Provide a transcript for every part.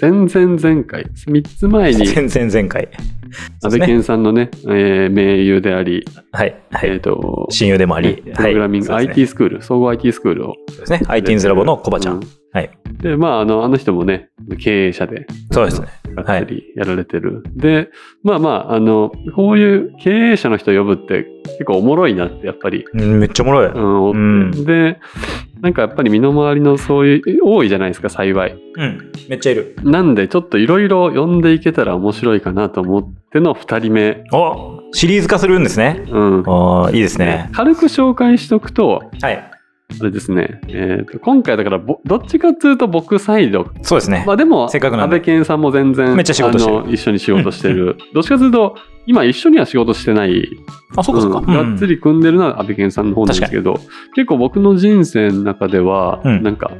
前々前回、3つ前に全然前回。そう安です倍ね健さんのね、えー盟友であり、はい。はえっ、い。と、親友でもあねり、プログラミング、はい、 IT スクール、総合 IT スクールを。そうですね。IT インズラボのコバちゃん。うはい。で、まあ、あの、あの人もね、経営者で、そうですね。がっつりやられてる。で、まあまあ、あの、こういう経営者の人呼ぶって結構おもろいなって、やっぱり。うんめっちゃおもろい。うん、思ってうんで、なんかやっぱり身の回りのそういう、多いじゃないですか、幸い。うん。めっちゃいる。なんで、ちょっといろいろ呼んでいけたら面白いかなと思っての2人目。おシリーズ化するんですね。うん。おいいですね。軽く紹介しとくと、はい。あれですね、えーと今回だからぼどっちかっていうと僕サイド、そうですねま。あ、でもせっかくな安んで倍健さんも全然めっちゃ仕事してるあの一緒に仕事して る、どっちかというと今一緒には仕事してないあ、そうかそうか。んがっつり組んでるのは安倍健さんの方なんですけど結構僕の人生の中では、うんなんか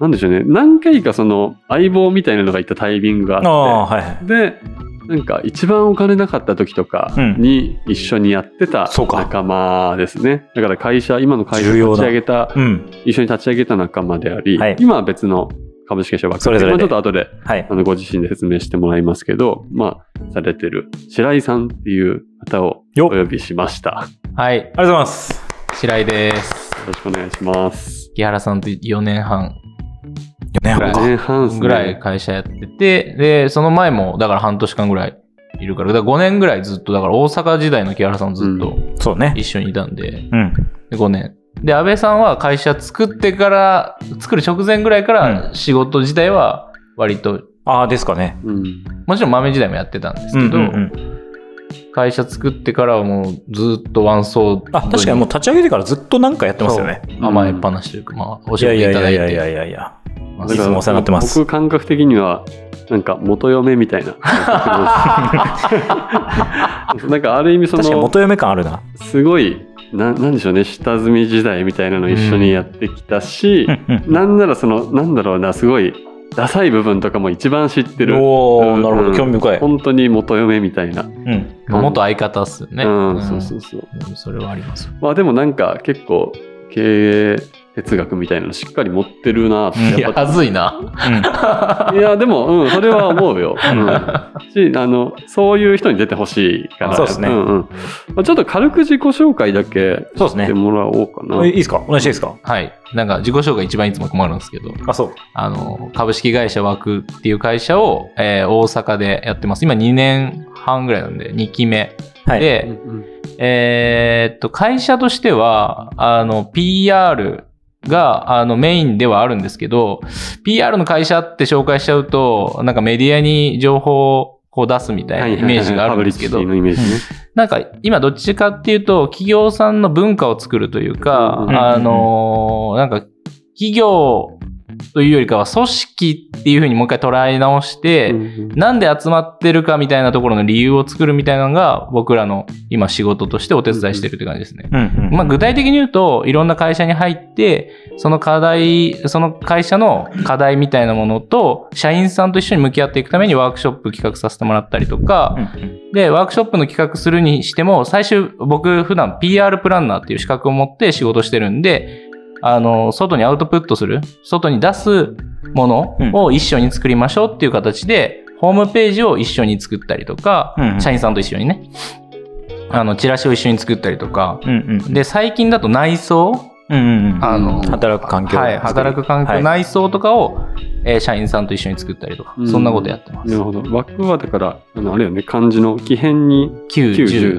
なんでしょうね何回かその相棒みたいなのがいたタイミングあがああ、ってはいはい。でなんか一番お金なかった時とかに一緒にやってたそうか仲間ですね、だから会社今の会社を重要立だち上げたうん。一緒に立ち上げた仲間であり、はい今は別の株式会社ばっそれぞれまあ、でちょっと後ではいあ。のご自身で説明してもらいますけど、まあ、されてる白井さんっていう方をよお呼びしました。はあい、ありがりがとうございます。白井です。よろしくお願いします。木原さんと4年半ね、ぐらいほんと前半っすねぐらい会社やってて、で、その前も、だから半年間ぐらいいるから、だから5年ぐらいずっと、だから大阪時代の木原さんずっとそうね。一緒にいたんで、うん。で5年。で、安倍さんは会社作ってから、作る直前ぐらいからう仕事自体は割と、ああ、ですかね。うん、もちろん豆時代もやってたんですうんけうんど、うん。会社作ってからはもうずっとワンソーあ、確かにもう立ち上げてからずっとなんかやってますよね。そう甘えっぱなしというか、まあ、おい仕や事いいやたいだやいいて。やいやいやいや。まあいつもお世話になってます僕感覚的にはなんか元嫁みたいな なんかある意味そ確かにの元嫁感あるな。すごいななんでしょうね下積み時代みたいなの一緒にやってきたし、うんうん。なんならそのなんだろうなすごいダサい部分とかも一番知ってるおおなるほうど。ん興味深い。本当に元嫁みたいな、うん。まあ元相方っすよね。うんそうそうそううんそれはあります。まあでもなんか結構経営哲学みたいなのしっかり持ってるなっていやや、っぱはずいな。いやでも、うん、それは思うよ、うん、しあのそういう人に出てほしいからそうですねんうんまあ、ちょっと軽く自己紹介だけそうですしてね。もらおうかな、えいいですかお願いしていいですかはい。なんか自己紹介一番いつも困るんですけど、あ、そう。あの、株式会社枠っていう会社を、えー大阪でやってます。今2年半ぐらいなんで、2期目。はい。で、うんえーっと、会社としては、あの、PR が、あの、メインではあるんですけど、PR の会社って紹介しちゃうと、なんかメディアに情報をこう出すみたいなイメージがあるんですけどパ、ブリッシティのイメージね、なんか今どっちかっていうと、企業さんの文化を作るといううんかうんうんう、んあのーなんか企業というよりかは組織っていうふうにもう一回捉え直して、うんなんで集まってるかみたいなところの理由を作るみたいなのが僕らの今仕事としてお手伝いしてるって感じですね。うんうん。まあ具体的に言うといろんな会社に入ってその課題その会社の課題みたいなものと社員さんと一緒に向き合っていくためにワークショップ企画させてもらったりとか、うんで、ワークショップの企画するにしても、最終、僕、普段 PR プランナーっていう資格を持って仕事してるんで、あの、外にアウトプットする、外に出すもうんのを一緒に作りましょうっていう形で、ホームページを一緒に作ったりとか、うんうん社員さんと一緒にね、あの、チラシを一緒に作ったりとか、うんうん。で、最近だと内装、うんうんうん。あの働く環境。はい、働く環境、はい内装とかを、えー社員さんと一緒に作ったりとか、うんそんなことやってます。なるほど枠はだからあのあれよね漢字の木片に90、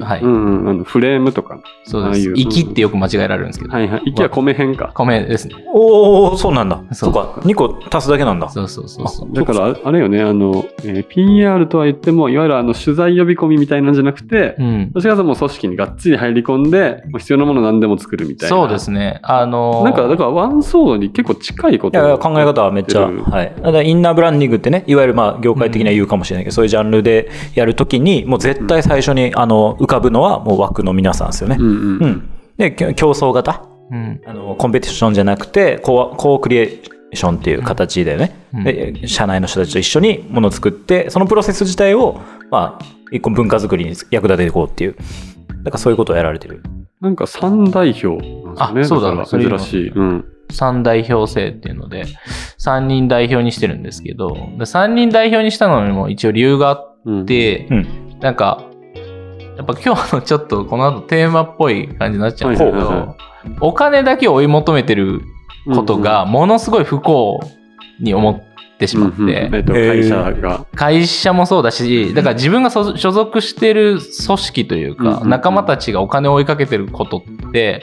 90、はい、うんうん、あのフレームとかそうでああいすう。息ってよく間違えられるんですけど、はいはい息は米編か米ですね。おおそうなんだ。そそううか。2個足すだけなんだ。そうそうそうそう。だからああれよねあの、えー PR とは言ってもいわゆるあの取材呼び込みみたいなんじゃなくて、うん。私がもう組織にがっつり入り込んでもう必要なもの何でも作るみたいなそうですね。あのーなんかだからワンソードに結構近いこいとやいや考え方はめっちゃ、うんはい、だからインナーブランディングってねいわゆるまあ業界的には言うかもしれないけど、そういうジャンルでやるときにもう絶対最初にあの浮かぶのはもう枠の皆さんですよねう、んううんんできょ競争型うん。あのコンペティションじゃなくてコアコークリエーションっていう形でね、うんで社内の人たちと一緒にものを作ってそのプロセス自体を、まあ、一個文化づくりに役立てていこうっていうだからそういうことをやられてるなんか三代表なんですよねあそうだから珍しい、うん、三代表制っていうので、 3人代表にしてるんですけど、3人代表にしたのにも一応理由があっうん、て、うんなんか、やっぱ今日のちょっとこの後テーマっぽい感じになっちゃうんですけど、はいはいはお金だけを追い求めてることがものすごい不幸に思ってしまって、うんうんえっとえ会ー社が、会社もそうだし、だから自分が所所属してる組織といううんうんかう、ん仲間たちがお金を追いかけてることって、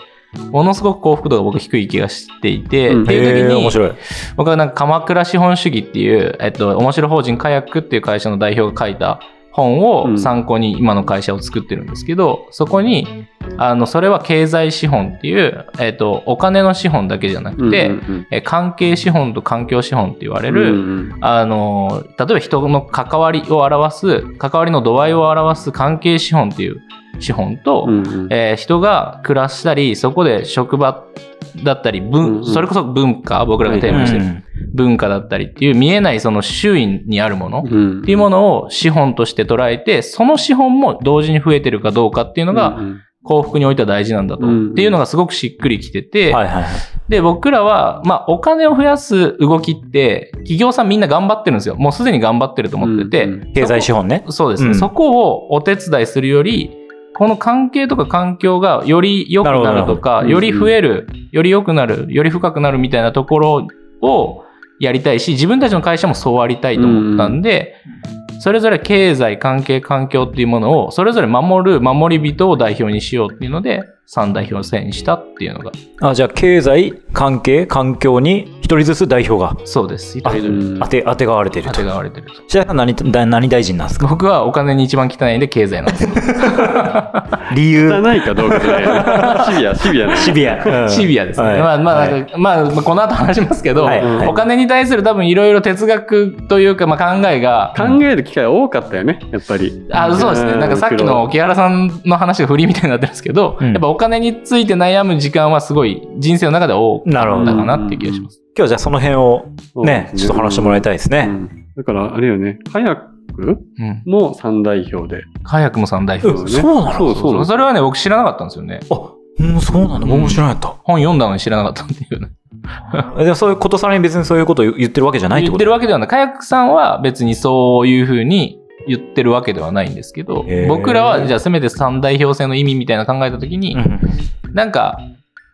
ものすごく幸福度が僕低い気がしていて、うんっていえうー、時に面、白い。僕はなんか鎌倉資本主義っていう、えっと、面白法人カヤックっていう会社の代表が書いた本うをん参考に今の会社を作ってるんですけど、そこに、あの、それは経済資本っていう、えっと、お金の資本だけじゃなくて、うんえ関係資本と環境資本って言われる、うんあの、例えば人の関わりを表す、関わりの度合いを表す関係資本っていう資本と、うんうんえー人が暮らしたり、そこで職場だったり、文うんうんそれこそ文化、僕らがテーマにしてる、文化だったりっていう見えないその周囲にあるものっうんていうものを資本として捉えて、その資本も同時に増えてるかどうかっていうのうがん幸福においては大事なんだと。うんうんっていうのがすごくしっくりきてて、はいはいはい。で、僕らは、まあ、お金を増やす動きって、企業さんみんな頑張ってるんですよ。もうすでに頑張ってると思ってて。うんうん経済資本ね。そうですね、うんそこをお手伝いするより、この関係とか環境がより良くなるとか、なるほどより増える、より良くなる、より深くなるみたいなところをやりたいし、自分たちの会社もそうありたいと思ったんで、それぞれ経済、関係、環境っていうものを、それぞれ守る、守り人を代表にしようっていうので、3代表制にしたっていうのが、あじゃあ、経済、関係、環境に一人ずつ代表がそうです。あ一人ずうん当て当てがわれている当とて。がわれてると。白井さん何だ何大臣なんですか僕はお金に一番汚いんで経済なんですよ。理由汚いかどうかじ ゃないシビアシビアなシビア、うんシビアですね。はいまあまあはいなんか、まあまあこの後話しますけど、はいはいお金に対する多分いろいろ哲学というか、まあ、考えが、考える機会多かったよねやっぱりあそうですね。なんかさっきの木原さんの話が振りみたいになってるんですけど、うんやっぱお金について悩む時間はすごい人生の中で多かなるほっどた今かなっていう気がします。日はじゃあその辺をねちょっと話してもらいいたいですね、だからあれよね早くうん。も3代表でカヤックもさん代う表んそうだねそうそうなのそうなんですそれはね、僕知らなかったんですよね。あうん、そうなの僕も知らなかっ本読んだのに知らなかったっていうね。た。 でもそういうことさらに別にそういうことを言ってるわけじゃないって言っこてとるわけではない。カヤックさんは別にそういうふうに言ってるわけではないんですけどへー、僕らはじゃあせめて三代表制の意味みたいなの考えたときに、なんか、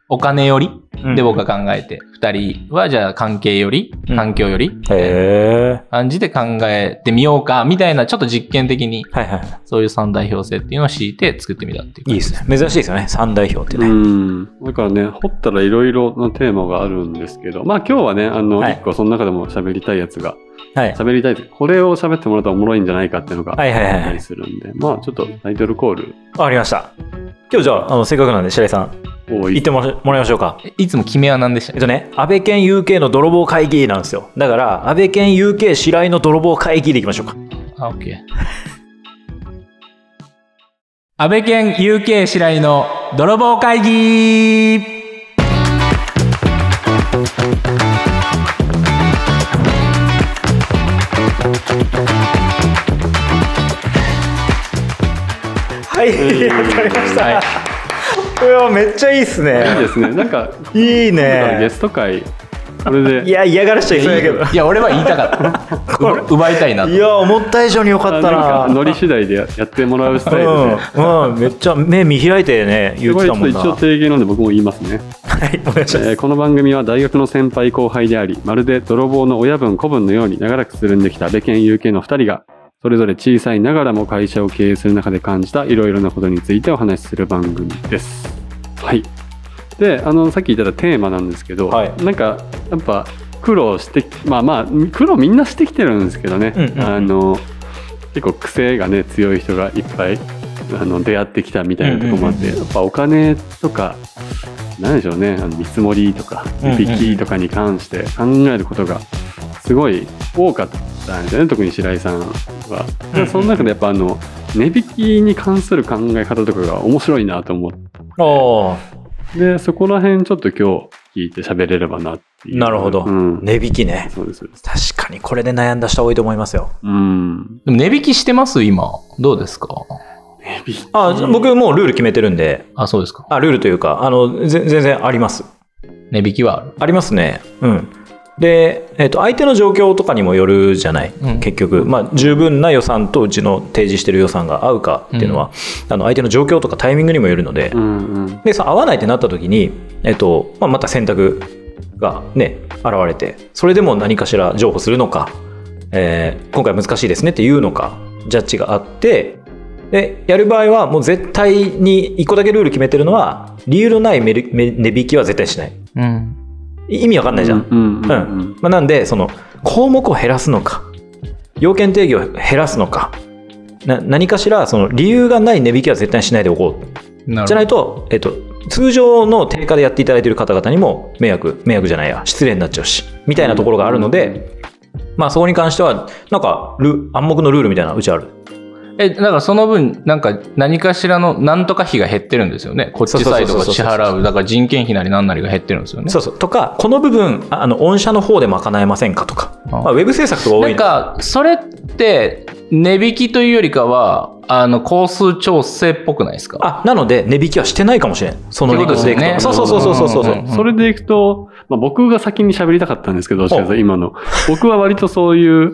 お金よりうんで僕は考えて、二、人はじゃあ関係より、うん環境より、へえ感じで考えてみようか、みたいな、ちょっと実験的に、はいはいそういう三代表制っていうのを敷いて作ってみたっていういいですね珍しいですよね三代表ってね、うんだからね掘ったらいろいろなテーマがあるんですけどまあ今日はねあのはい1個その中でも喋りたいやつがはい、喋りたいってこれを喋ってもらったらおもろいんじゃないかっていうのがはいはいはいはいあったりするんでまあちょっとタイトルコールわかりました今日じゃああのせっかくなんで白井さん多い行ってもらもらいましょうかいつも決めは何でしたえっとね、安倍県 UK の泥棒会議なんですよ。だから、安倍県 UK 白井の泥棒会議でいきましょうか。あ、OK。安倍県 UK 白井の泥棒会議はい、わかりました。はいこれはめっちゃいいっすいいね。ですねなんかいいゲね。スト会これでいや、嫌がらしちゃいけないけど。いや、俺は言いたか った。奪奪いたいなとい。や、思った以上に良かあったなんかな。ノリ次第でややってもらうスタイルで、うん、うん、めっちゃ目見開いてね、す言っごていちょったもとん一な。応提言なんで僕も言いますね、はい、お願いし ま す。えーこの番組は大学の先輩後輩でありまるで泥棒の親分子分のように長らくつるんできたベケン UK の2人がそれぞれ小さいながらも会社を経営する中で感じたいろいろなことについてお話しする番組ですはいであのさっき言ってたテーマなんですけど、はいなんかやっぱ苦労してきまあまあ苦労みんなしてきてるんですけどね、うんうんうんあの結構癖がね強い人がいっぱいあの出会ってきたみたいなところもあって、やっぱお金とかなんでしょうねあの見積もりとかうんうん値引きとかに関して考えることがすごい多かったんですよね特に白井さんは。うんうんその中でやっぱあの値引きに関する考え方とかが面白いなと思っておーでそこら辺ちょっと今日聞いて喋れればなっていうなるほどうん値引きね。そうですそうです確かに、これで悩んだ人多いと思いますよ。うんでも値引きしてます今。どうですか値引きあ、僕もうルール決めてるんで、あ、そうですか。あ、ルールというか、あの、ぜ全然あります。値引きはある。ありますね。うん。で、えっと相手の状況とかにもよるじゃない、うん結局、まあ、十分な予算とうちの提示してる予算が合うかっていうのは、あの相手の状況とかタイミングにもよるので,、うんうん。でその合わないってなった時に、えっとまあ、また選択が、ね、現れてそれでも何かしら譲歩するのか、えー今回難しいですねっていうのかジャッジがあってでやる場合はもう絶対に1個だけルール決めてるのは理由のないメルメ値引きは絶対しないうん。い意味わかんないじゃんうんうんううんんまあ、なんでその項目を減らすのか要件定義を減らすのかな何かしらその理由がない値引きは絶対にしないでおこうなじゃないると、えっと、通常の定価でやっていただいている方々にも迷惑迷惑じゃないや失礼になっちゃうしみたいなところがあるので、まあ、そこに関してはなんかル暗黙のルールみたいなのうちあるほど。え、だからその分、なんか何かしらのなんとか費が減ってるんですよね。こっちサイドが支払う。だから人件費なりなんなりが減ってるんですよね。そうそうとかこの部分ああの御社の方で賄えませんかとか、あまあ、ウェブ制作とか多ないんか、それって、値引きというよりかは、あの、工数調整っぽくないですかあなので値引きはしてないかもしれんその理屈でいくと、ってことでそすねうそうそうそうそうそう、うんそれでいくと、まあ、僕が先に喋りたかったんですけど、どっちかというと今の。僕は割とそういう、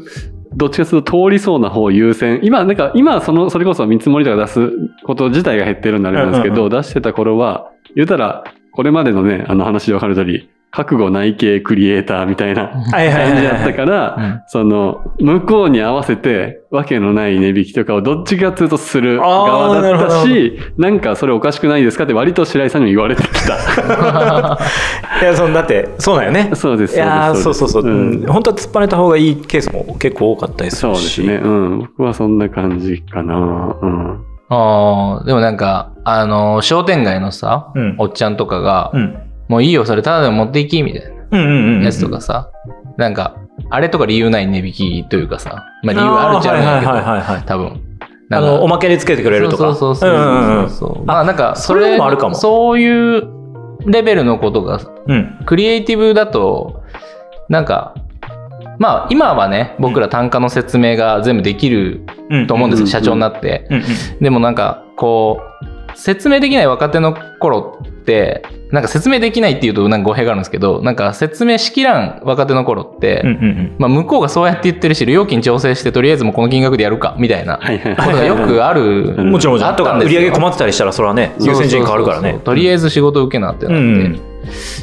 どっちかというと通りそうな方を優先。今、なんか、今はその、それこそ見積もりとか出すこと自体が減ってるんであれなんですけうんど、出してた頃は、言うたら、これまでのね、あの話でわかる通り、覚悟内系クリエイターみたいなはいはいはい感はじいだった から、うんその、向こうに合わせて、わけのない値引きとかをどっちかというとする側だったあーなし、なんかそれおかしくないですかって割と白井さんにも言われてきた。いやそのだってそうなんよねそうです。いやーそうそうそう、ん本当は突っぱねた方がいいケースも結構多かったりすそうるでしすね。うん。僕はそんな感じかな。うん。ああ、でもなんか、あの、商店街のさ、うんおっちゃんとかが、うん、もういいよ、それただでも持っていき、みたいうんうんうんうんなやつとかさ、なんか、あれとか理由ない値引きというかさ、まあ理由あるっちゃあるんだけど、はいはいはいはいはい多分。あなんかのおまけでつけてくれるとかそうそうそううんうんうんそうそうそう。まあなんか、それ、それもあるかもそういうレベルのことが、うんクリエイティブだと、なんか、まあ今はね、僕ら単価の説明が全部できるうんと思うんですよ、うん社長になって。うんうんでもなんかこう説明できない若手の頃ってなんか説明できないっていうとなんか語弊があるんですけどなんか説明しきらん若手の頃って、うんうんまあ、向こうがそうやって言ってるし料金調整してとりあえずもうこの金額でやるかみたいなこはいはいとがよくあるうんもちろんもちろんあっとたかん売ですりよ上げ困ってたりしたらそれはね優先順位変わるからそうそうそうそうねとりあえず仕事受けなってなって、うん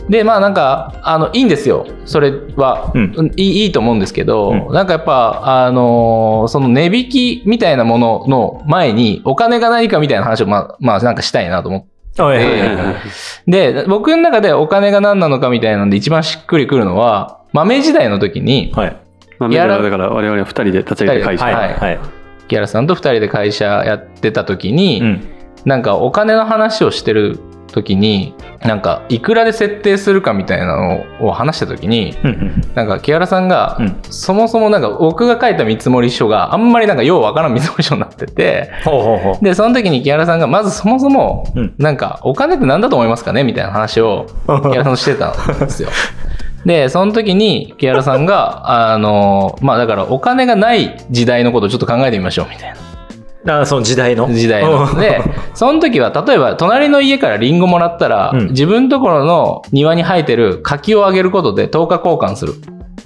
でまあなんかあのいいんですよそれは、うんうんいいいいと思うんですけど、うなんかやっぱあのーその値引きみたいなものの前にお金が何かみたいな話をまあまあなんかしたいなと思って。はいはいはえいで、僕の中でお金が何なのかみたいなので一番しっくりくるのは、豆時代の時に、はいまあ、メやダらルだから我々は二人で立ち上げて会社。はいははいいはいギャラさんと二人で会社やってた時に、うんなんかお金の話をしてる時に、なんかいくらで設定するかみたいなのを話した時に、うんうんなんか木原さんが、うんそもそもなんか僕が書いた見積もり書があんまりなんかようわからん見積もり書になってて、ほうほうほで、その時に木原さんがまずそもそも、うんなんかお金って何だと思いますかねみたいな話を木原さんとしてたんで すよ。で、その時に木原さんが、あの、まあだからお金がない時代のことをちょっと考えてみましょうみたいな。うあその時代の時代のうんでその時は例えば隣の家からリンゴもらったら、うん自分ところの庭に生えてる柿をあげることで10日交換する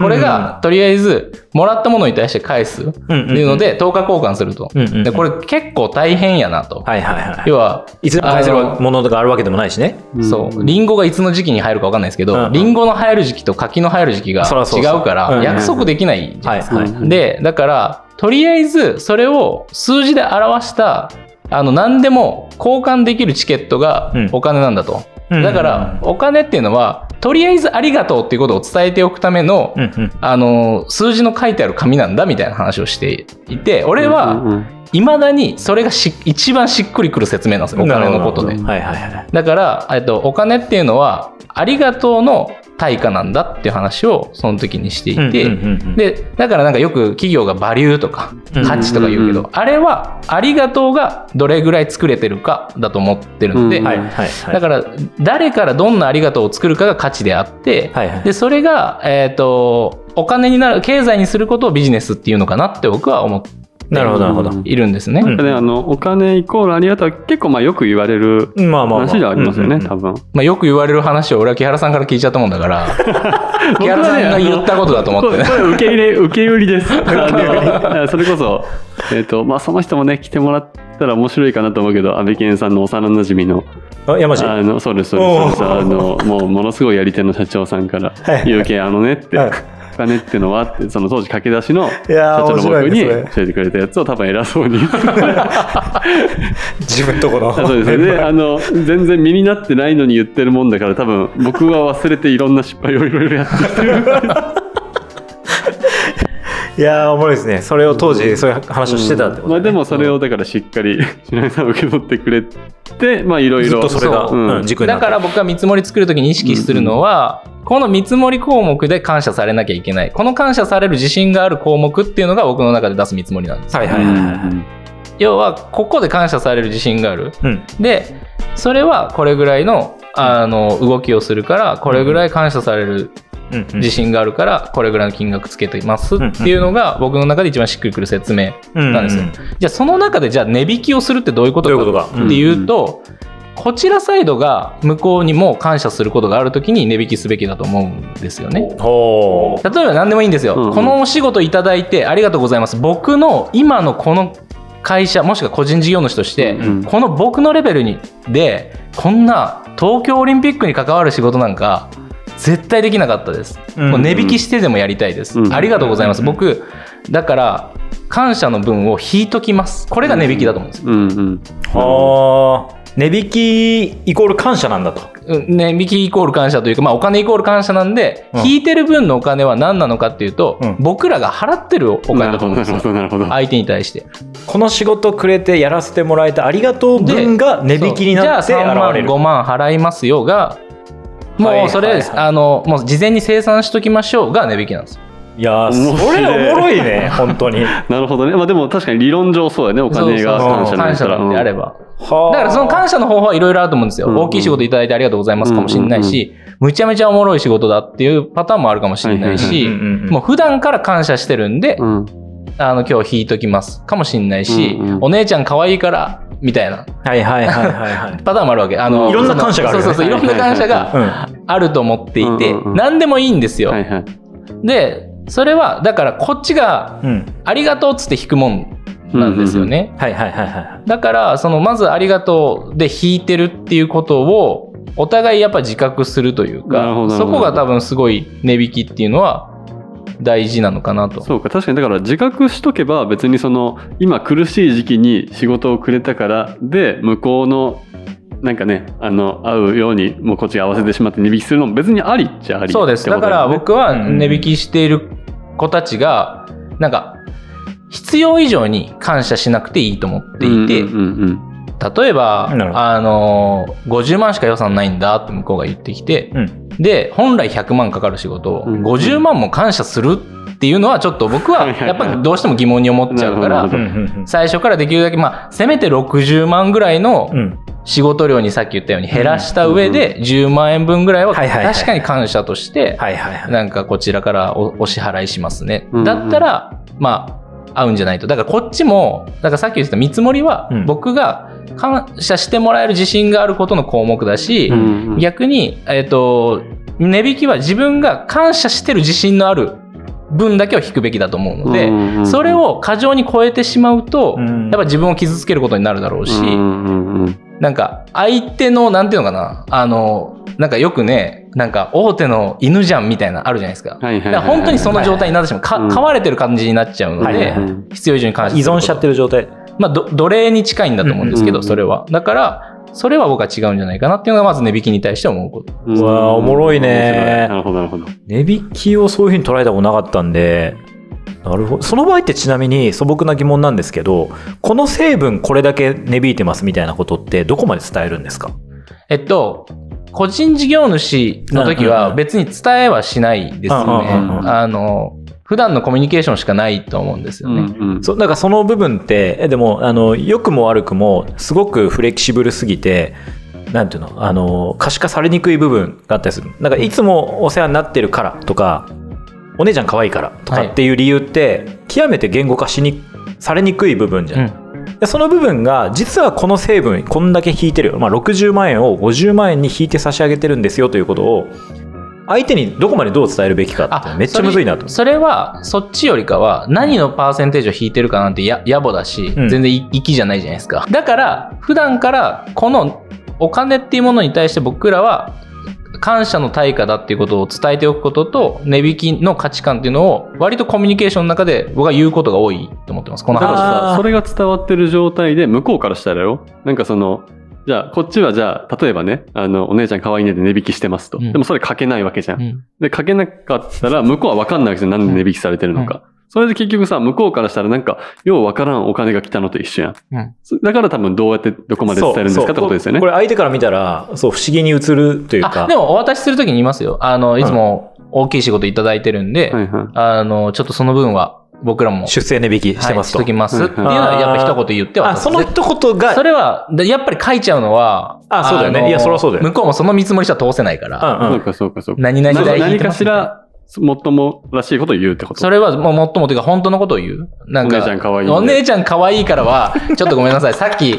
これが、とりあえずもらったものに対して返すってうんうんいうので10日交換すると、うんうんうんでこれ結構大変やなと、はいはいはい要はいつでも返せるものがあるわけでもないしねうんそうリンゴがいつの時期に入るか分かんないですけど、うんうんリンゴの生える時期と柿の生える時期がそらそ違うそううかうんうんら約束できないじゃなはいいですかはいうんでだからとりあえずそれを数字で表したあの何でも交換できるチケットがうんお金なんだと、うんだからお金っていうのはとりあえずありがとうっていうことを伝えておくための、うんうんあの数字の書いてある紙なんだみたいな話をしていて俺うんはうん未だにそれがし一番しっくりくる説明なんですよお金のことなでるほどはいはいはいだから、えっと、お金っていうのはありがとうの対価なんだっていう話をその時にしていて、うんうんうんうんでだからなんかよく企業がバリューとかうん価値とか言うけど、うんあれはありがとうがどれぐらい作れてるかだと思ってるので、うんはいはいはいだから誰からどんなありがとうを作るかが価値であって、はいはいでそれが、えー、とお金になる経済にすることをビジネスっていうのかなって僕は思っなるほど、なるほど。いるんですね。うんなんかね、あの、お金イコールありがとうは結構、まあ、よく言われるまあまあ、まあ。話ではありますようんね、うんうん多分。まあ、よく言われる話を俺は木原さんから聞いちゃったもんだから、木原さんが言ったことだと思ってこれね。これ受け入れ、受け売りです。 あのそれこそ、えっ、と、まあ、その人もね、来てもらったら面白いかなと思うけど、安倍健さんの幼馴染の、あ山路。あの、そうです、そうです、そうですあの、もう、ものすごいやり手の社長さんから、有形あのねって、はいお金ってのはって、その当時駆け出しの、いやー社長の僕に面白いですね教えてくれたやつを多分偉 そうに。自分とこの。あ そうですよね。あの、全然身になってないのに言ってるもんだから、多分僕は忘れていろんな失敗をいろいろやってきてる。 いやー、おもろいですね。それを当時、そういう話をしてたってことね、まあでもそれをだからしっかり白井さんは受け取ってくれて、まあいろいずっろ。とそれが、そううんうん軸になだってから僕は見積もり作るときに意識するのは、この見積もり項目で感謝されなきゃいけない。この感謝される自信がある項目っていうのが僕の中で出す見積もりなんです。はいはういはいはい。ん要は、ここで感謝される自信がある。うん。で、それはこれぐらいの、あの、動きをするから、これぐらい感謝されるうん。うん自信があるから、これぐらいの金額つけてますっていうのが僕の中で一番しっくりくる説明。なんですようんじゃあその中でじゃあ値引きをするってどういうことどういうこかとかっていうと、こちらサイドが向こうにも感謝することがあるときに値引きすべきだと思うんですよね。ほう。例えば何でもいいんですよ、うんうんこのお仕事いただいてありがとうございます僕の今のこの会社もしくは個人事業主として、うんうんこの僕のレベルにでこんな東京オリンピックに関わる仕事なんか絶対できなかったです、うんもう値引きしてでもやりたいです、うんありがとうございます、うん僕だから感謝の分を引いときますこれが値引きだと思うんですよ、うんうん。はあ。値引きイコール感謝なんだと。うん値引きイコール感謝というか、まあ、お金イコール感謝なんで、うん引いてる分のお金は何なのかっていうと、うん僕らが払ってるお金なるだとほ思ど、うんなでするほど、よなるほど。相手に対してこの仕事くれてやらせてもらえたありがとう分が値引きになってそう現じゃあ3万れる。 5万払いますよはがいもうそれです、はいはいあのもう事前に生産しときましょうが値引きなんですよいやー、面そ白いれおもろいね、本当に。はなるほどね。まあでも確かに理論上そうだよね、お金がそう感謝そうなん感だか謝ら。なんであれば、あだからその感謝の方法はいろいろあると思うんですよ、うん大きい仕事いただいてありがとうございますかもしれないし、むちゃめちゃおもろい仕事だっていうパターンもあるかもしれないし、はいはいはいうんうんうんもう普段から感謝してるんで、うん。あの今日引いときますかもしれないし、うんうんお姉ちゃん可愛いからみたいなはいはいはいはいはい。パターンもあるわけあうのんいろんな感謝があるよねそうそうそういろんな感謝がうん。あると思っていて、うんうんうん何でもいいんですよ、はいはい。でそれはだからこっちがうん。 「ありがとう」っつって引くもんなんですよね、はいはいはいはい。だからそのまず「ありがとう」で引いてるっていうことをお互いやっぱ自覚するというなるほかどそこが多分すごい値引きっていうのは大事なのかなとそうか確かにだから自覚しとけば別にその今苦しい時期に仕事をくれたからで向こうのなんかねあの合うようにもうこっちが合わせてしまって値引きするのも別にありっちゃありそうです。ってだことからよね僕はうん値引きしている子たちが、なんか、必要以上に感謝しなくていいと思っていて、うんうんうん例えばなるほ、どあのー、50万しか予算ないんだって向こうが言ってきて、うん。で、本来100万かかる仕事を、うん50万も感謝するっていうのはちょっと僕は、はいはいはいやっぱりどうしても疑問に思っちゃうなかるらほ、うんうん最初からできるだけ、まあ、せめて60万ぐらいのうん。うん。仕事量にさっき言ったように減らした上で、10万円分ぐらいははいはいはい確かに感謝として、はいはいはい。なんかこちらからおお支払いしますね。うんうんだったら、まあ、合うんじゃないと。だからこっちも、だからさっき言ってた見積もりはうん、僕が感謝してもらえる自信があることの項目だしう、んうん逆に、えっ、と、値引きは自分が感謝してる自信のある分だけを引くべきだと思うので、うんうんうんそれを過剰に超えてしまうと、うんやっぱ自分を傷つけることになるだろうし、うんうんうんなんか相手のなんていうのかなあのなんかよくねなんか大手の犬じゃんみたいなあるじゃないですはか,、いはいはいだから本当にその状態になってしまう、はいはいか飼われてる感じになっちゃうので、はいはいはい必要以上に感謝す依ること存しちゃってる状態。まあ、ど奴隷に近いんだと思うんですけど、うんそれはだからそれは僕は違うんじゃないかなっていうのがまず値引きに対して思うことうんうわーおもろい面白ねいなるほどなるほど値引きをそういうふうに捉えたことなかったんで、なるほど。その場合ってちなみに素朴な疑問なんですけど、この成分これだけ値引いてますみたいなことってどこまで伝えるんですかえっと個人事業主の時は別に伝えはしないですよね、うんうんうんうんあの普段のコミュニケーションしかないと思うんですよね、うんうんそなんかその部分ってえでもあの良くも悪くもすごくフレキシブルすぎてなんていうのあの可視化されにくい部分があったりするなんかいつもお世話になってるからとかお姉ちゃん可愛いからとかっていう理由って、極めて言語化しにされにくい部分じゃ、うんん。でその部分が実はこの成分こんだけ引いてるよ、まあ、60万円を50万円に引いて差し上げてるんですよということを相手にどこまでどう伝えるべきかってめっちゃむずいなとそれそれはそっちよりかは何のパーセンテージを引いてるかなんてや野暮だし、うん全然い粋じゃないじゃないですかだから普段からこのお金っていうものに対して僕らは感謝の対価だっていうことを伝えておくことと値引きの価値観っていうのを割とコミュニケーションの中で僕は言うことが多いと思ってますこのだから話あーさそれが伝わってる状態で向こうからしたらよなんかそのじゃあこっちはじゃあ例えばねあのお姉ちゃん可愛いねで値引きしてますと、うんでもそれ書けないわけじゃん、うんで書けなかったら向こうは分かんないわけじゃんなんで値引きされてるのか、それで結局さ向こうからしたらなんかよう分からんお金が来たのと一緒やん、うんそだから多分どうやってどこまで伝えるんですかってことですよねそうそうこれ相手から見たらそう不思議に映るというあかでもお渡しするときに言いますよあのいつも大きい仕事いただいてるんで、はいはいあのちょっとその分は僕らも出世値引きしてますと、はい、しときますっていうのはやっぱ一言言ってはあその一言そがれはだやっぱり書いちゃうのはあそうだよねのいやそりゃそうだよ向こうもその見積もりじゃ通せないから、そうんううんかそうかそうか何々何代引何いてかますしらもっともらしいことを言うってことそれはもうもっともというか本当のことを言うなんかお姉ちゃん可愛いねお姉ちゃん可愛いからはちょっとごめんな さいさっき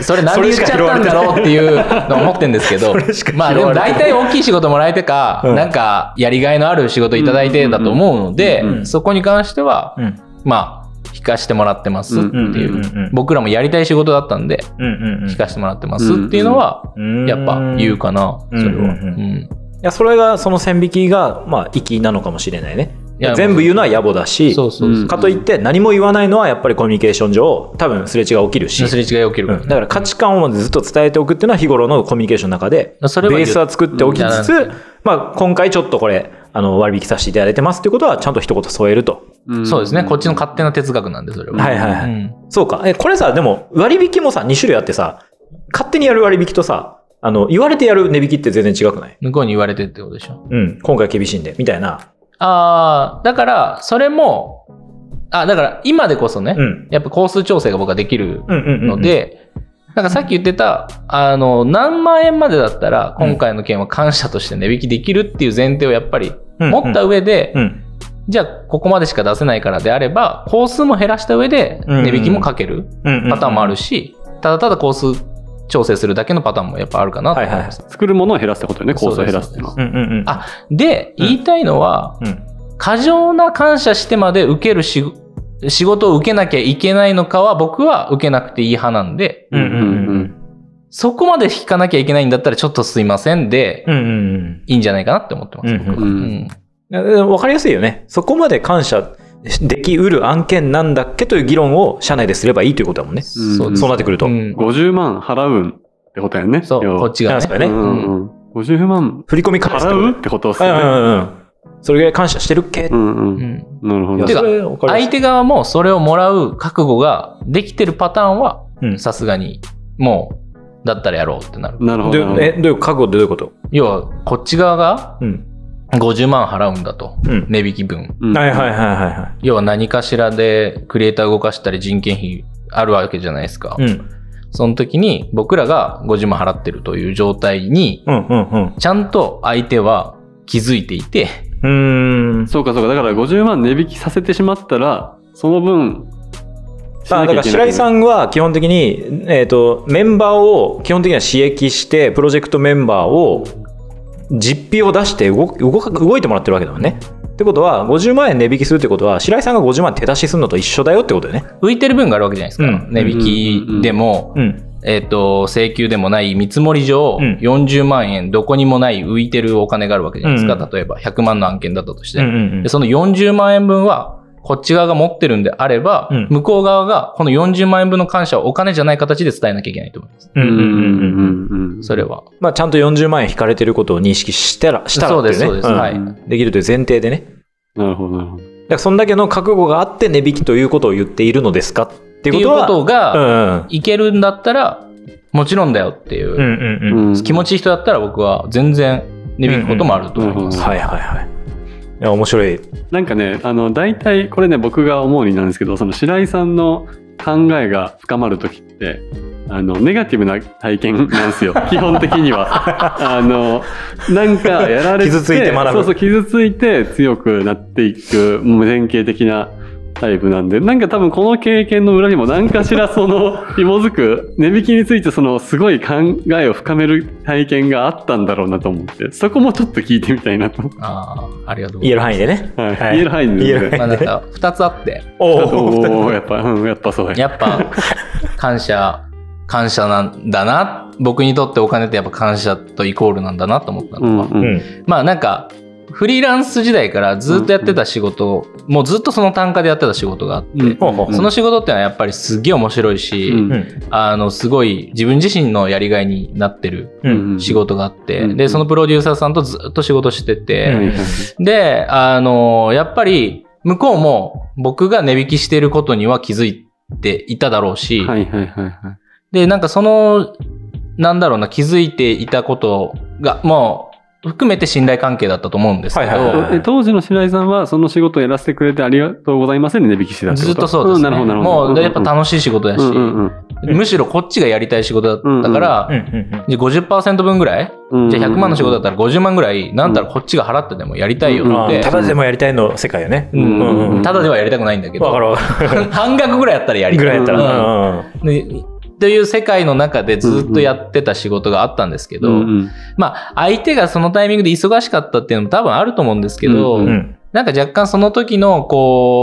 それ何で言っちゃったんだろうっていうのを思ってんですけどそれしか拾まわあれでてないも大体大きい仕事もらえてか、うんなんかやりがいのある仕事いただいてだと思うので、うんうんうんそこに関してはうんまあ引かしてもらってますっていう、うんうん僕らもやりたい仕事だったんでうんうんうん聞かせてもらってますっていうのは、うんやっぱ言うかな、うんそれは。うんうんいやそれがその線引きがまあ粋なのかもしれないねいや全部言うのは野暮だうしんそうそうそう。んかといって何も言わないのはやっぱりコミュニケーション上多分すれ違い起きるしすれ違い起きるうからんだから価値観をずっと伝えておくっていうのは日頃のコミュニケーションの中でベそれは言うースは作っておきつつ、うまあ、今回ちょっとこれあの割引させていただいてますっていうことはちゃんと一言添えると、うんそうですね。こっちの勝手な哲学なんで、それは。はいはいはい、うんそうかえこれさでも割引もさ2種類あってさ勝手にやる割引とさあの言われてやる値引きって全然違くない向こうに言われてってことでしょ。うん今回厳しいんでみたいなああ、だから、それも、あ、だから、今でこそね、うんやっぱ工数調整が僕はできるうんうんうんうんので、なんかさっき言ってた、あの、何万円までだったら、今回の件は感謝として値引きできるっていう前提をやっぱりうん持った上で、うんじゃあここまでしか出せないからであれば工数も減らした上でうん値引きもかけるうんパターンもあるし、し、ただただ工数調整するだけのパターンもやっぱあるかなと思います。作るものを減らすってことよね構想を減らすっていうのはうんうんうん、あで、うん言いたいのはうん過剰な感謝してまで受ける仕仕事を受けなきゃいけないのかは僕は受けなくていい派なんでうんうんうんそこまで引かなきゃいけないんだったらちょっとすいませんでうんうんうんいいんじゃないかなって思ってます。僕はうんうんうんいやでも分かりやすいよね。そこまで感謝できうる案件なんだっけという議論を社内ですればいいということだもんね。そうですそうなってくると。うん50万払うんってことやんね。そう、こっちながんですかねね。ねう。んうん50万振り込み返すって払ことうってことっすうんうよね。んうんうん。それぐらい感謝してるっけ、うんう。うんんなるほいど。やてかそれ分かりや相すい手側もそれをもらう覚悟ができてるパターンはうんさすがにもうだったらやろうってなるなるほど。などえるどういう覚悟ってどういうこと要はこっち側がうん。 50万払うんだとうん。値引き分ほどうんはいはいはいは要は何かしらでクリエイター動かしたり人件費あるわけじゃないですか、いはい。うん。その時に僕らが50万払ってるという状態にうんうんちゃんと相手は気づいていて うん。うーん。そうかそうか。だから50万値引きさせてしまったら、その分、しあなだきゃかいけないら白井さんは基本的に、えっとメンバーを基本的には刺激してプロジェクトメンバーを実費を出して動く動か動いてもらってるわけだもんね。ってことは50万円値引きするってことは白井さんが50万円手出しするのと一緒だよってことだよね。浮いてる分があるわけじゃないですか、うん値引きでもうんえっ、と、請求でもない見積もり上、うん40万円どこにもない浮いてるお金があるわけじゃないですか。うんうん例えば100万の案件だったとして、うんうんで。その40万円分は、こっち側が持ってるんであれば、うん向こう側がこの40万円分の感謝をお金じゃない形で伝えなきゃいけないと思います。うんうんうんうんうんうんそれは。まあちゃんと40万円引かれてることを認識したら、したらそうってでいす、ねそうです。んはい。できるという前提でね。なるほど、なるほど。だからそんだけの覚悟があって値引きということを言っているのですかってていういことうこは。とうが、んうんいけるんだったら、もちろんだよっていう、うんうんうん。うん気持ちいい人だったら僕は全然値引くこともあると思います。うんはいはいはい。いや面白い。なんかね、あの、大体、これね、僕が思うになんですけど、その白井さんの考えが深まるときって、あの、ネガティブな体験なん ですよ。基本的には。あの、なんかやられて、傷ついて学ぶそうそう、傷ついて強くなっていく、もう典型的なタイプなんで、なんか多分この経験の裏にも何かしらその紐づく、値引きについてそのすごい考えを深める体験があったんだろうなと思って、そこもちょっと聞いてみたいなと。ああ、ありがとうご言ざえいるます。範囲でね。はい。はい言える範囲で言え全る然。範囲まあなんか、二つあって、おお。 おおやっぱ、うん、やっぱそうや。 やっぱ、感謝、感謝なんだな。僕にとってお金ってやっぱ感謝とイコールなんだなと思ったのうん、う。うんん。まあなんか、フリーランス時代からずっとやってた仕事、もうずっとその単価でやってた仕事があって、うんほうほうその仕事ってのはやっぱりすっげえ面白いし、うんうん。あの、すごい自分自身のやりがいになってるうん。うん。仕事があって、うんで、そのプロデューサーさんとずっと仕事してうんはて、いはいで、あの、やっぱり向こうも僕が値引きしていることには気づいていただろうし、はいはいはいはい。で、なんかその、なんだろうな、気づいていたことが、もう、含めて信頼関係だったと思うんですけど、はいはいはいえ当時の白井さんはその仕事をやらせてくれてありがとうございませんで値引きしてたってことずっとそうです、ねんなるほどなるほど。もうでやっぱ楽しい仕事だし、うんうんうんうんむしろこっちがやりたい仕事だったから、うん。うん。じゃあ50%分ぐらい、うんうんじゃあ100万の仕事だったら50万ぐらい、なんだったらこっちが払ってでもやりたいようんあっーたて、だでもやりたいの世界よね。うんうんうんただではやりたくないんだけわかど、るわかる。半額ぐらいやったらやりたぐい。らいやったうんら。でという世界の中でずっとやってた仕事があったんですけど、うんうんまあ、相手がそのタイミングで忙しかったっていうのも多分あると思うんですけど、うんうん。うん。なんか若干その時の、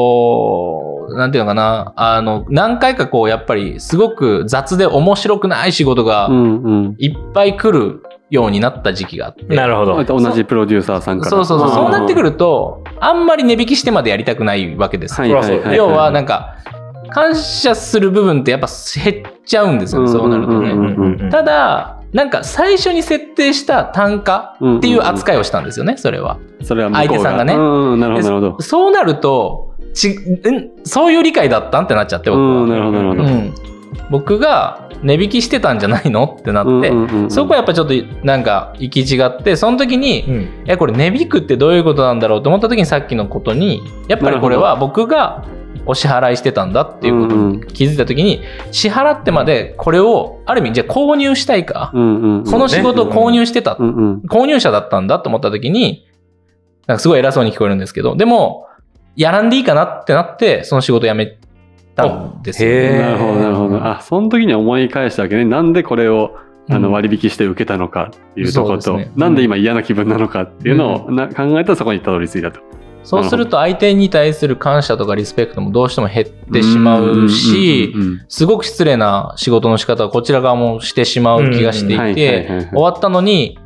こう、なんていうのかな、あの、何回かこう、やっぱりすごく雑で面白くない仕事がうんうん。いっぱい来るようになった時期があって。なるほど。同じプロデューサーさんから。そうそうそう。そうなってくる。ると、あんまり値引きしてまでやりたくないわけですよ。はいはいはい。要は、なんか、感謝する部分ってやっぱ減っちゃうんですよね、そうなるとうんね。うんうんただ、なんか最初に設定した単価っていう扱いをしたんですよね、それは。それは向こう相手さんがねうんうん、なるほど、なるほど。そうなるとちんそういう理解だったんってなっちゃって僕は、うん、なるほど、なるほうど。ん僕が値引きしてたんじゃないのってなって、うんうんうんそこはやっぱちょっとなんか行き違ってその時に、うん。えこれ値引くってどういうことなんだろうと思った時にさっきのことにやっぱりこれは僕がお支払いしてたんだっていうことうんうにん気づいた時に、支払ってまでこれをある意味じゃあ購入したいか、うんうんうんこの仕事を購入してたっうんうん購入者だったんだと思った時に、なんかすごい偉そうに聞こえるんですけど、でも、やらんでいいかなってなって、その仕事辞めたんですよ、へーなるほど、なるほど。あ、その時に思い返したわけね。なんでこれをあうのん割引して受けたのかっていうとこそと、うですねなんで今嫌な気分なのかっていうのをな考えたらそこにたどり着いたと。そうすると相手に対する感謝とかリスペクトもどうしても減ってしまうしう、んうんすごく失礼な仕事の仕方をこちら側もしてしまう気がしてうんうんいはいはいはいはてい、終わったのに、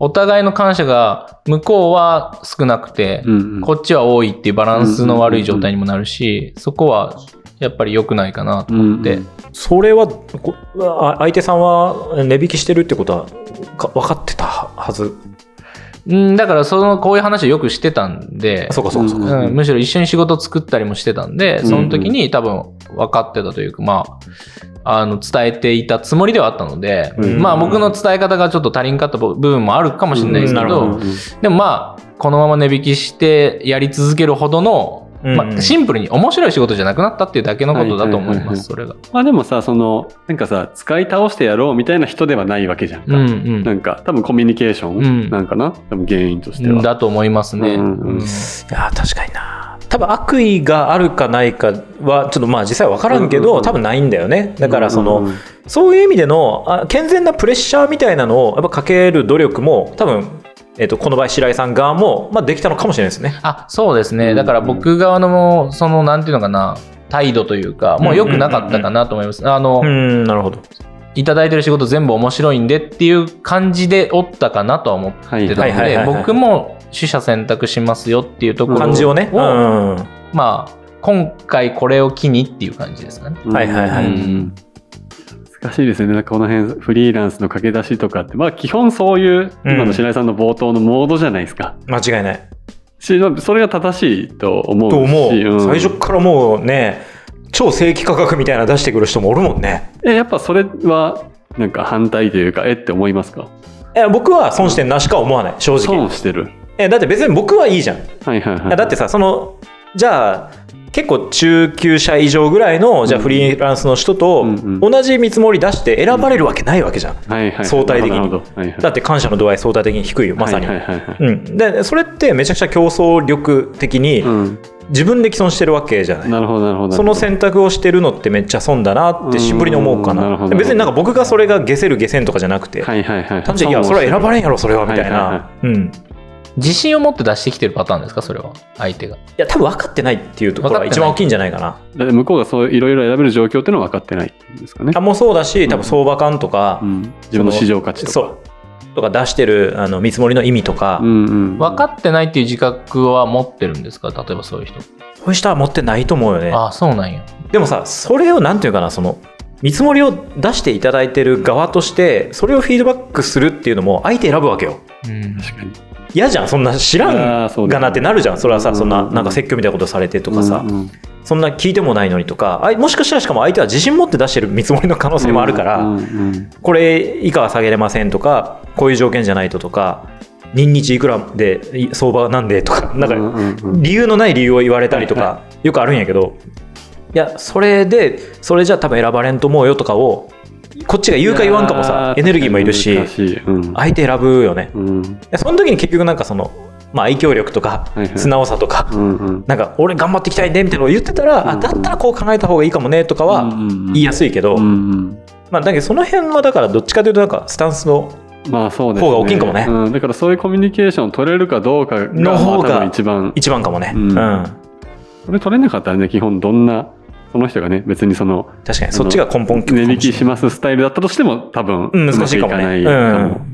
お互いの感謝が向こうは少なくて、うんうんうん、こっちは多いっていうバランスの悪い状態にもなるし、そこはやっぱり良くないかなとうんうんでそれはこあ相手さんは値引きしてるってことはか分かってたはずうん、だからその、こういう話をよくしてたんで、そうかそうかそうか、んうん、むしろ一緒に仕事作ったりもしてたんで、んその時に多分分かってたというか、まあ、あの、伝えていたつもりではあったので、うんまあ僕の伝え方がちょっと足りんかった部分もあるかもしれないですけうんど、なるほでもまあ、このまま値引きしてやり続けるほどの、うんまあ、シンプルに面白い仕事じゃなくなったっていうだけのことだと思います、それが。まあでもさ、その、なんかさ、使い倒してやろうみたいな人ではないわけじゃんか。うんなうんか、多分コミュニケーショうんンなんかな、多分原因としてん。は。だと思いますね。うんうんういんやー確かにな多分悪意があるかないかはちょっとまあ実際分からんけど、うんうんうん多分ないんだよねだからその、うんうんそういう意味でのあ健全なプレッシャーみたいなのをやっぱかける努力も多分、えっとこの場合白井さん側も、まあ、できたのかもしれないですねあそうですね、うんだから僕側のもうそのなんていうのかな態度というかもう良くなかったかなと思います、あの、うんなるほどいただいてる仕事全部面白いんでっていう感じでおったかなとは思ってたので、はいはいはいはい僕も取捨選択しますよっていうところ感じをね、うんまあ今回これを機にっていう感じですかねはいはいはいうん難しいですよね。なんかこの辺、フリーランスの駆け出しとかって、まあ基本そういう、うん今の白井さんの冒頭のモードじゃないですか。間違いないしそれが正しいと思うし。と思う、ん最初からもうね超正規価格みたいなの出してくる人もおるもんねえ、やっぱそれは、なんか反対というか、えって思いますかえ僕は損してんなしか思わない正直損してる。えだって別に僕はいいじゃん、はいはいはい。だってさそのじゃあ結構中級者以上ぐらいのじゃあうんフリーランスの人とうんうん同じ見積もり出して選ばれるわけないわけじゃん、はいはい、相対的になるほどはいはいだって感謝の度合い相対的に低いよまさに、はいはいはいはいうん、でそれってめちゃくちゃ競争力的にうん自分で既存してるわけじゃない。なるほど、なるほど。その選択をしてるのってめっちゃ損だなってしぶりに思うかうんなるな。ほどで別になんか僕がそれが下せる下せんとかじゃなくて、はいはいはい。単純にいや、それは選ばれんやろ、それは、みたいはいな。うん。自信を持って出してきてるパターンですかそれは。相手が。いや、多分分かってないっていうところが一番大きいんじゃないかな。だって向こうがそういろいろ選べる状況っていうのは分かってないんですかねあ。もうそうだし、多分相場感とか、うん、自分の市場価値とか。そう。とか出してるあの見積もりの意味とか、うんうん、分かってないっていう自覚は持ってるんですか例えばそういう人。そういう人は持ってないと思うよね。ああ、そうなんや。でもさ、それをなんていうかな、その、見積もりを出していただいてる側として、それをフィードバックするっていうのも、相手選ぶわけよ。うん。確かに。嫌じゃん、そんな知らんあーそうだがなってなるじゃん。それはうさ、んそんうんな、うんなんか説教みたいなことされてとかさうん、うんそんな聞いてもないのにとか、あいもしかしたらしかも相手は自信持って出してる見積もりの可能性もあるから、うんうんこれ以下は下げれませんとかこういう条件じゃないととか任日いくらでい相場なんでとかなんうんかうんうん理由のない理由を言われたりとかよくあるんやけどいやそれでそれじゃ多分選ばれんと思うよとかをこっちが言うか言わんかもいやさーエネルギーもいるし難しいうん相手選ぶよねうんでその時に結局なんかその、まあ、愛嬌力とかはいはい素直さとかうんうんなんか俺頑張っていきたいねみたいなのを言ってたらあだったらこう考えた方がいいかもねとかうんはうんうん言いやすいけどうんうんまあだけどその辺はだからどっちかというとなんかスタンスのまあそうです、方が大きいんかもねうん。だからそういうコミュニケーションを取れるかどうかがの方がまあ多分一番。一番かもね。ううんん。これ取れなかったらね、基本どんな、その人がね、別にその、確かに、そっちが根本値引きしまますスタイルだったとしても、多分、うん難しいかもうまくいねかないかも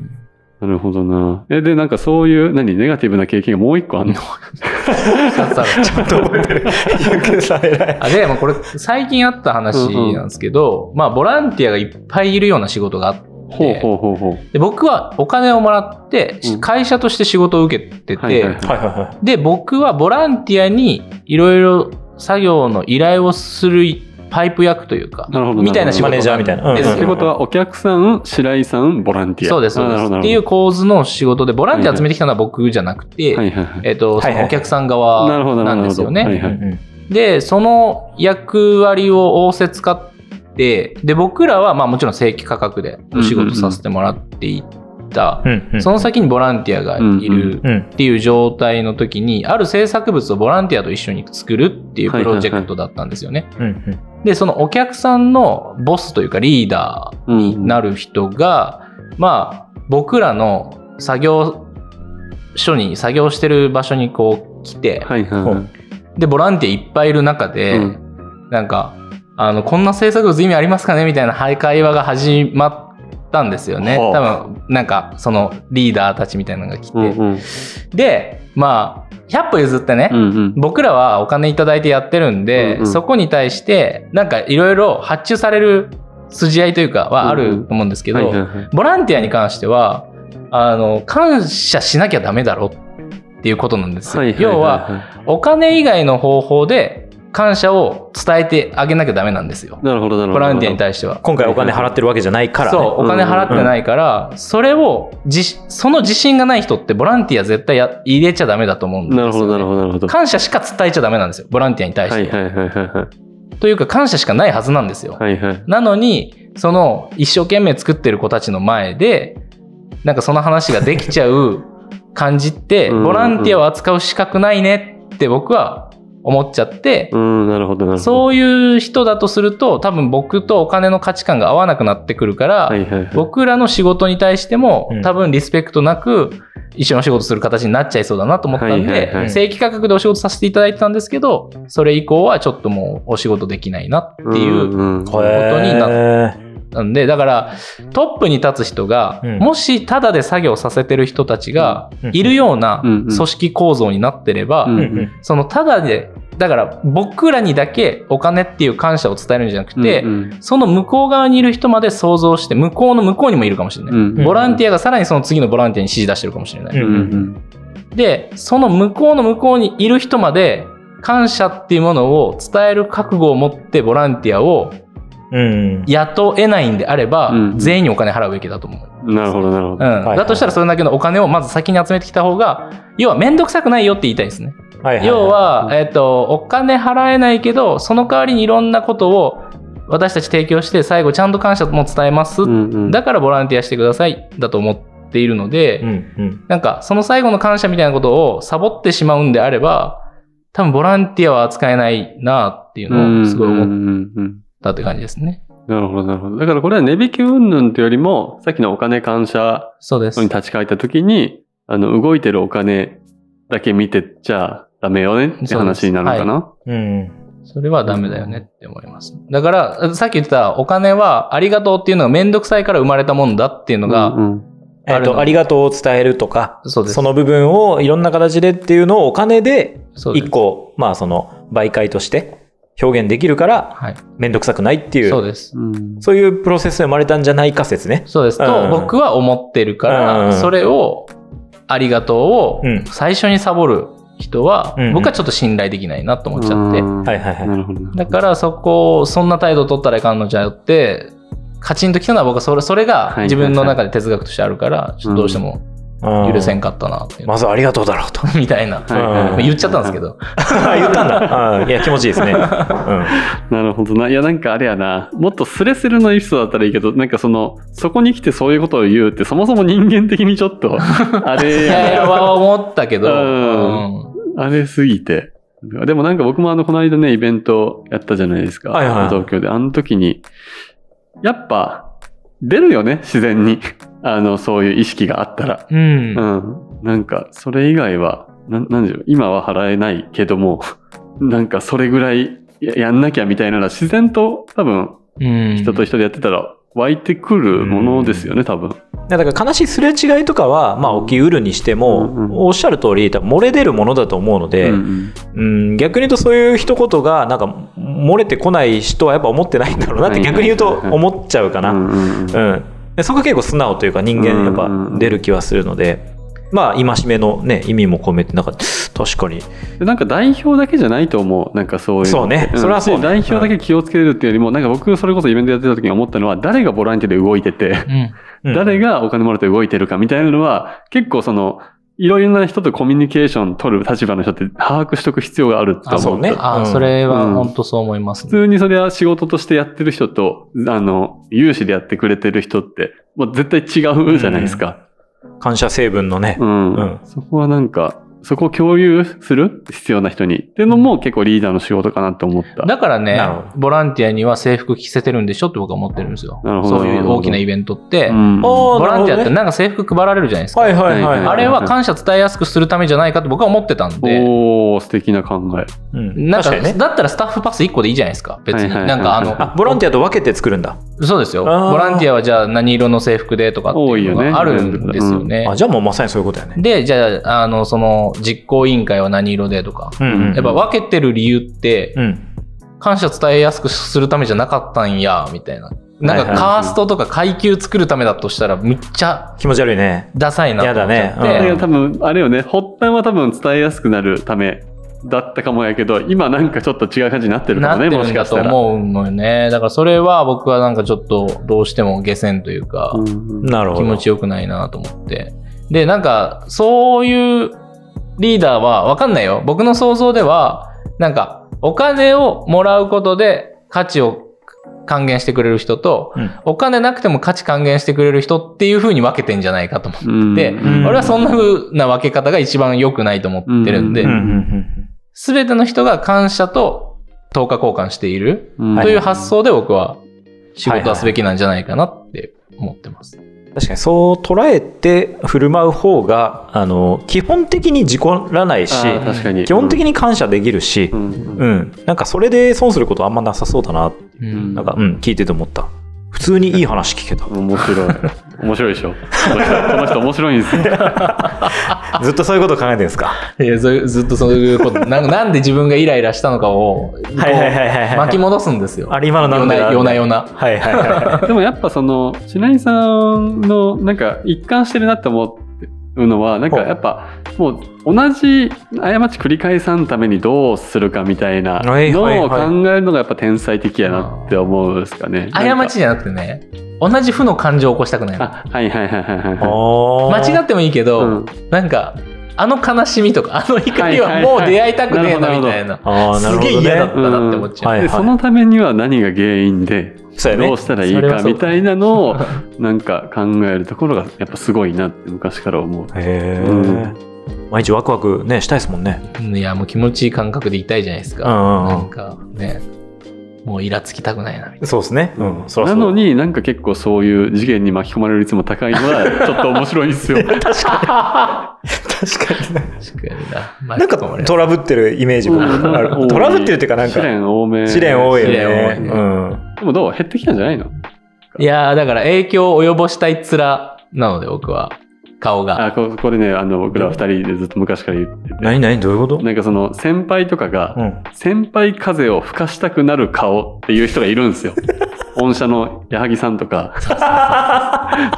なるほどな。え、で、なんかそういう、何、ネガティブな経験がもう一個あんの二つあるちゃん と覚えて る。ゆうけんさん偉い。あでもこれ最近あった話なんですけど、まあボランティアがいっぱいいるような仕事があってほうほうほうほう。で僕はお金をもらってうん会社として仕事を受けてて、はいはいはいはいはいはで僕はボランティアにいろいろ作業の依頼をするパイプ役というかなるほどみたいな仕マ事ネージャーみたいなうんでうんすうん仕事はお客さん、白井さん、ボランティア。そうですそうであすなるっほどていう構図の仕事でボランティア集めてきたのは僕じゃなくて、はいはいはい。えっとそはいはいのお客さんなるほどな側るほなどんですよはいねい。ははいいうんで、その役割を仰せ使って、で、僕らはまあもちろん正規価格でお仕事させてもらっていった、うんうん。その先にボランティアがいるうん。っていう状態の時に、ある制作物をボランティアと一緒に作るっていうはいプはいはロいジェクトだったんですよね。うんうん。で、そのお客さんのボスというかリーダーになる人が、まあ僕らの作業所に、作業してる場所にこう来て、はいはいほはうい。でボランティアいっぱいいる中で、うなんかあのこんな制作物意味ありますかねみたいなはい会話が始まったんですよねほう多分なんかそのリーダーたちみたいなのが来て、うんうん。でまあ100歩譲ってね、うんうん。僕らはお金いただいてやってるんで、うんうんそこに対してなんかいろいろ発注される筋合いというかはあると思うんですけど、はいはいはい。ボランティアに関してはあの感謝しなきゃダメだろっていうことなんですよ、はいいいい要は、お金以外の方法で感謝を伝えてあげなきゃダメなんですよ。なるほどなるほど。ボランティアに対しては。今回お金払ってるわけじゃないからね。そう、お金払ってないから、それをじ、その自信がない人ってボランティア絶対や入れちゃダメだと思うんですよ、なるほどなるほどなるほど。は感謝しか伝えちゃダメなんですよ、ボランティアに対いしはていは。はいはいはというか、感謝しかないはずなんですよ。い。はいはい。なのに、その一生懸命作ってる子たちの前で、なんかその話ができちゃう感じって、うんうんボランティアを扱う資格ないねって僕は思っちゃって、うん、なるほどなるほど。そういう人だとすると、多分僕とお金の価値観が合わなくなってくるから、はいはいはい。僕らの仕事に対してもうん、多分リスペクトなく、一緒の仕事する形になっちゃいそうだなと思ったんで、はいはいはい正規価格でお仕事させていただいてたんですけど、それ以降はちょっともうお仕事できないなっていう、んんはいうん。ことになななんで、だから、トップに立つ人が、うんもしタダで作業させてる人たちがうんいるようなうんうん組織構造になってれば、うんうんそのタダで、だから僕らにだけお金っていう感謝を伝えるんじゃなくて、うんその向こう側にいる人まで想像して、向こうの向こうにもいるかもしれない。うん。ボランティアがさらにその次のボランティアに指示出してるかもしれない。ううんうんで、その向こうの向こうにいる人まで感謝っていうものを伝える覚悟を持ってボランティアをうん。雇えないんであれば、うん全員にお金払うべきだと思う。うん。なるほどなるほうど。ん。はいだとしたらそれだけのお金をまず先に集めてきた方が、要はめんどくさくないよって言いたいですね。はいはい。要はう、んえっ、と、お金払えないけど、その代わりにいろんなことを私たち提供して、最後ちゃんと感謝も伝えます。うんうんだからボランティアしてください。だと思っているので、うんうん。なんか、その最後の感謝みたいなことをサボってしまうんであれば、多分ボランティアは扱えないなっていううんのをすごいうん思っうんうんたって感じですね。なるほど、なるほど。だからこれは値引き云々というよりも、さっきのお金感謝そうですのに。立ち返った時に、あの、動いてるお金だけ見てっちゃダメよねって話になるのかな。うん。それはダメだよねって思います。だから、さっき言ってたお金はありがとうっていうのがめんどくさいから生まれたもんだっていうのが、うんうんえっあると、のありがとうを伝えるとか、そうです。その部分をいろんな形でっていうのをお金でそうです一個、まあその媒介として表現できるからはい。めんどくさくないっていう、そうそうです。うんいうプロセスで生まれたんじゃないか説ね。そうです。うんと、僕は思ってるかうんら、それを、ありがとうをうん最初にサボる人はうんうん、僕はちょっと信頼できないなと思っちゃって。ははいはいはいなるほど。だからそこを、そんな態度取ったらいかんのじゃよって、カチンときたのは僕はそれ、それはいがはいはい自分の中で哲学としてあるから、ちょっとどうしても許せんかったなっていうまずはありがとうだろうと。 みたいな。はいはいはい言っちゃったんですけ。ど。言ったんだ。うんいや、気持ちいいですね。うんなるほどな。いや、なんかあれやな。もっとスレスレのエピソードだったらいいけど、なんかその、そこに来てそういうことを言うって、そもそも人間的にちょ っと、あれいやなやいや、は思ったけど、うんうんあれすぎて。でもなんか僕もあの、この間ね、イベントやったじゃないですか。はいはい東京で。あの時に、やっぱ、出るよね、自然に。 あの、そういう意識があったら。うんうん。なんか、それ以外は、なん、なんでしょう。今は払えないけども、 なんかそれぐらいややんなきゃみたいなのは自然と多分、うん人と人でやってたら湧いてくるものですよね、多分。いやだから悲しいすれ違いとかは、まあ、起きうるにしても、うんうんおっしゃる通り多分漏れ出るものだと思うので、ううんん逆に言うとそういう一言がなんか漏れてこない人はやっぱ思ってないんだろうなっはていはい逆はいに言うと思っちゃうかな、ううんんうんうんでそこが結構素直というか人間やっうんうんうぱん出る気はするので、まあ戒めの、ね、意味も込めてなんか確かにでなんか代表だけじゃないと思う。なんかそういうのって。そうねんそれはそうねで代表だけ気をつけるっていうよりも、なんか僕、それこそイベントやってた時に思ったのは、誰がボランティアで動いてて、うんうん誰がお金もらって動いてるかみたいなのは、結構その、いろいろな人とコミュニケーション取る立場の人って把握しとく必要があるとあそ思うう。ねあ、うんそれは本当そう思います、普通にそれは仕事としてやってる人と、あの、有志でやってくれてる人って、もう絶対違うじゃないですか。感謝成分のね、うん。うんそこはなんか、そこを共有する必要な人に。っていうのも結構リーダーの仕事かなって思った。だからねなるほど、ボランティアには制服着せてるんでしょって僕は思ってるんですよ。なるほどそういう大きなイベントって、うんおボランティアってななんか制服配られるじゃないですか。はいはいはい、うんあれは感謝伝えやすくするためじゃないかと僕は思ってたんで、おお素敵な考え。うんなん確かかにねだったらスタッフパス1個でいいじゃないですか、別はいに。はいはいなんかあの、あボランティアと分けて作るんだそうですよ。ボあーランティアはじゃあ何色の制服でとかっていうのがあるんですよねあ。じゃあもうまさにそういうことやねで、じゃあ、あの、その、実行委員会は何色でとか。うんうんやっぱ分けてる理由って、うん感謝伝えやすくするためじゃなかったんや、みたいな。なんはいはかいカーストとか階級作るためだとしたら、むっちゃ気持ち悪いねダサいなと思っちゃって。やだだねから多分、あれよね、発端は多分伝えやすくなるためだったかもやけど、今なんかちょっと違う感じになってるかなっもてね、もるしんかだしとたら。思うのよね。だからそれは僕はなんかちょっとどうしても下船というか、うんなるほど気持ちよくないなと思って。で、なんかそういうリーダーはわかんないよ。僕の想像では、なんかお金をもらうことで価値を還元してくれる人と、うんお金なくても価値還元してくれる人っていう風に分けてんじゃないかと思って、うんん俺はそんな風な分け方が一番良くないと思ってるんでうん、すべ、ての人が感謝と等価交換しているうんという発想で僕は仕事はすべきなんじゃないかなって思ってます。確かにそう捉えて振る舞う方があの基本的に事故らないしあー確かに。基本的に。に感謝できるし、ううんんなんかそれで損することあんまなさそうだなうんなんか、うん、聞いてて思った普通にいい話聞けた面白い。面白いでしょ。この人この人面白いんですよ。ずっとそういうこと考えてるんですかいやそうずっと そうい うことなんかなんで自分がイライラしたのかをこうはいはいはいはいはい巻き戻すんですよ。あれ今のなんでだ夜な夜な。はいはいは でもやっぱその、白井さんのなんか一貫してるなって思うのは、なんかやっぱもう同じ過ち繰り返さんためにどうするかみたいなはいはいのはいを考えるのがやっぱ天才的やなって思うんですかね。過ちじゃなくてね、同じ負の感情を起こしたくないの。あ、はいはいはいはいはいいはおー間違ってもいいけい。ど、うんなんか、あの悲しみ とか、あの怒りはははいいはいもう出会いたくねなるえなほみどたいな。あーなるすほどねげえ嫌だったなって思っちゃう。はいはいでそのためには何が原因でそうやねどうしたらいいそれはかそうみたいな のをなんか考えるところがやっぱすごいなって昔から思う。へえ、うん毎日ワクワクね、したいですもんね。いや、もう気持ちいい感覚で痛いじゃないですうか。んうなんんかね、もうイラつきたくないな、みたいうん。そうですね。うん、そらなそうのになんか結構そういう事件に巻き込まれる率も高いのはちょっと面白いんですよ。確かに。確かにね。な。 確かに な。まあなんかこれトラブってるイメージも多ある。いトラブってるっていうかなんか試、練多め。試練多いよ試ね。練多いねうん。でもどう減ってきたんじゃないのいやーだから影響を及ぼしたい面なので、僕は。顔が。あ、こここでね、あの、僕ら二人でずっと昔から言ってて。何何どういうことなんかその先輩とかがう、ん。先輩風を吹かしたくなる顔っていう人がいるんで すよ。御社の矢作さんとか、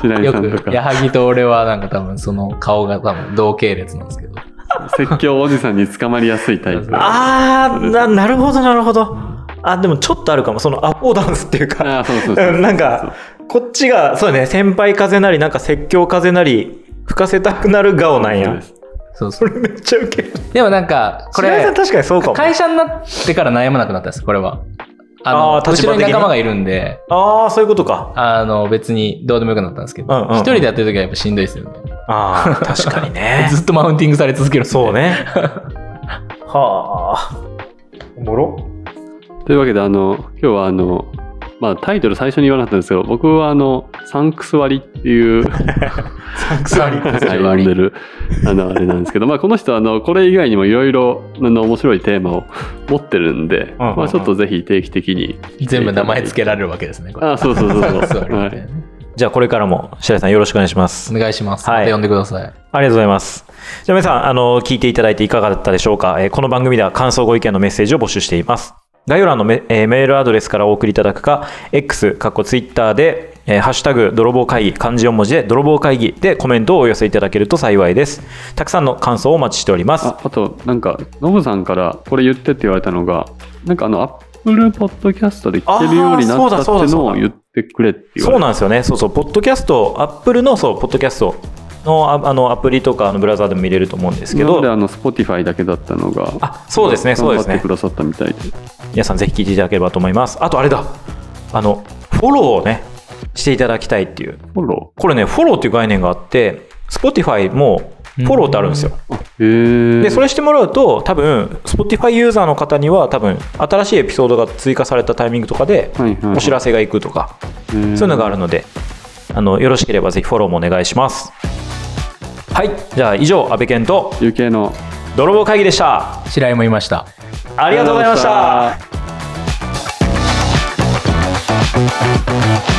白井よさんとく、か、矢作と俺はなんか多分その顔が多分同系列なんですけど。説教おじさんに捕まりやすいタイプ。あそーうですな、なるほど、なるほど。あ、でもちょっとあるかも。そのアポダンスっていうか、あー、そうそうそうう。んなんか、こっちが、そうだね、先輩風なり、なんか説教風なり、吹かせたくなる顔なんそうやで。すそうそ。そうれめっちゃウケる。でもなんか、こ白井れさん、確かにそうかも。会社になってから悩まなくなったんです、これは。あの、あー立場後ろ的にに仲間がいるんで、ああ、そういうことか。あの、別にどうでもよくなったんですけど、うんうんうん一人でやってる時はやっぱしんどいですよね。。ああ、確かにね ずっとマウンティングされ続けるんでそうね。 はあ。おもろというわけで、あの、今日はあの、まあタイトル最初に言わなかったんですけど、僕はあの、サンクス割りって いう、は鎖い、呼んでる、あの、あれなんですけど、まあ、この人、あの、これ以外にもいろいろ、あの、面白いテーマを持ってるんで、んうんまあ、ちょっとぜひ定期的に。全部名前つけられるわけですね、これ。あ、そうそうそう そう。座りみたはいないねじゃあこれからも白井さんよろしくお願いします。お願いします。はいまた呼んでください。ありがとうございます。じゃあ皆さん、あの、聞いていただいていかがだったでしょうか、えーこの番組では感想ご意見のメッセージを募集しています。概要欄のメ,、えーメールアドレスからお送りいただくか、X、かっこ Twitter で、えーハッシュタグ、泥棒会議、漢字4文字で、泥棒会議でコメントをお寄せいただけると幸いです。たくさんの感想をお待ちしております。ああと、なんか、ノブさんからこれ言ってって言われたのが、なんかあの、アップルポッドキャストで聞けるようになったあーってそうだそうだのそうをだ言ってくれって言わそれうて。なんですよね。そうそう、ポッドキャスト、アップルの、そう、ポッドキャストの、ああの、アプリとか、あの、ブラウザーでも見れると思うんですけなので、ど、あの、Spotify だけだったのが、あ、そうですね、そうです頑張ってねく。ださったみたいで。皆さんぜひ聞いていただければと思います。あとあれだ、あの、フォローをね、していただきたいっていう。フォロこれね、フォローっていう概念があって、Spotify もフォローってあるんですよ。ー。あへえ。で、それしてもらうと、多分、Spotify ユーザーの方には、多分、新しいエピソードが追加されたタイミングとかで、はいはいはいお知らせがいくとか、そういそういうのがある。るので、あの、よろしければぜひフォローもお願いします。はい、じゃあ以上、安倍健と、有形の。泥棒会議でした。白井もいました。ありがとうございました。。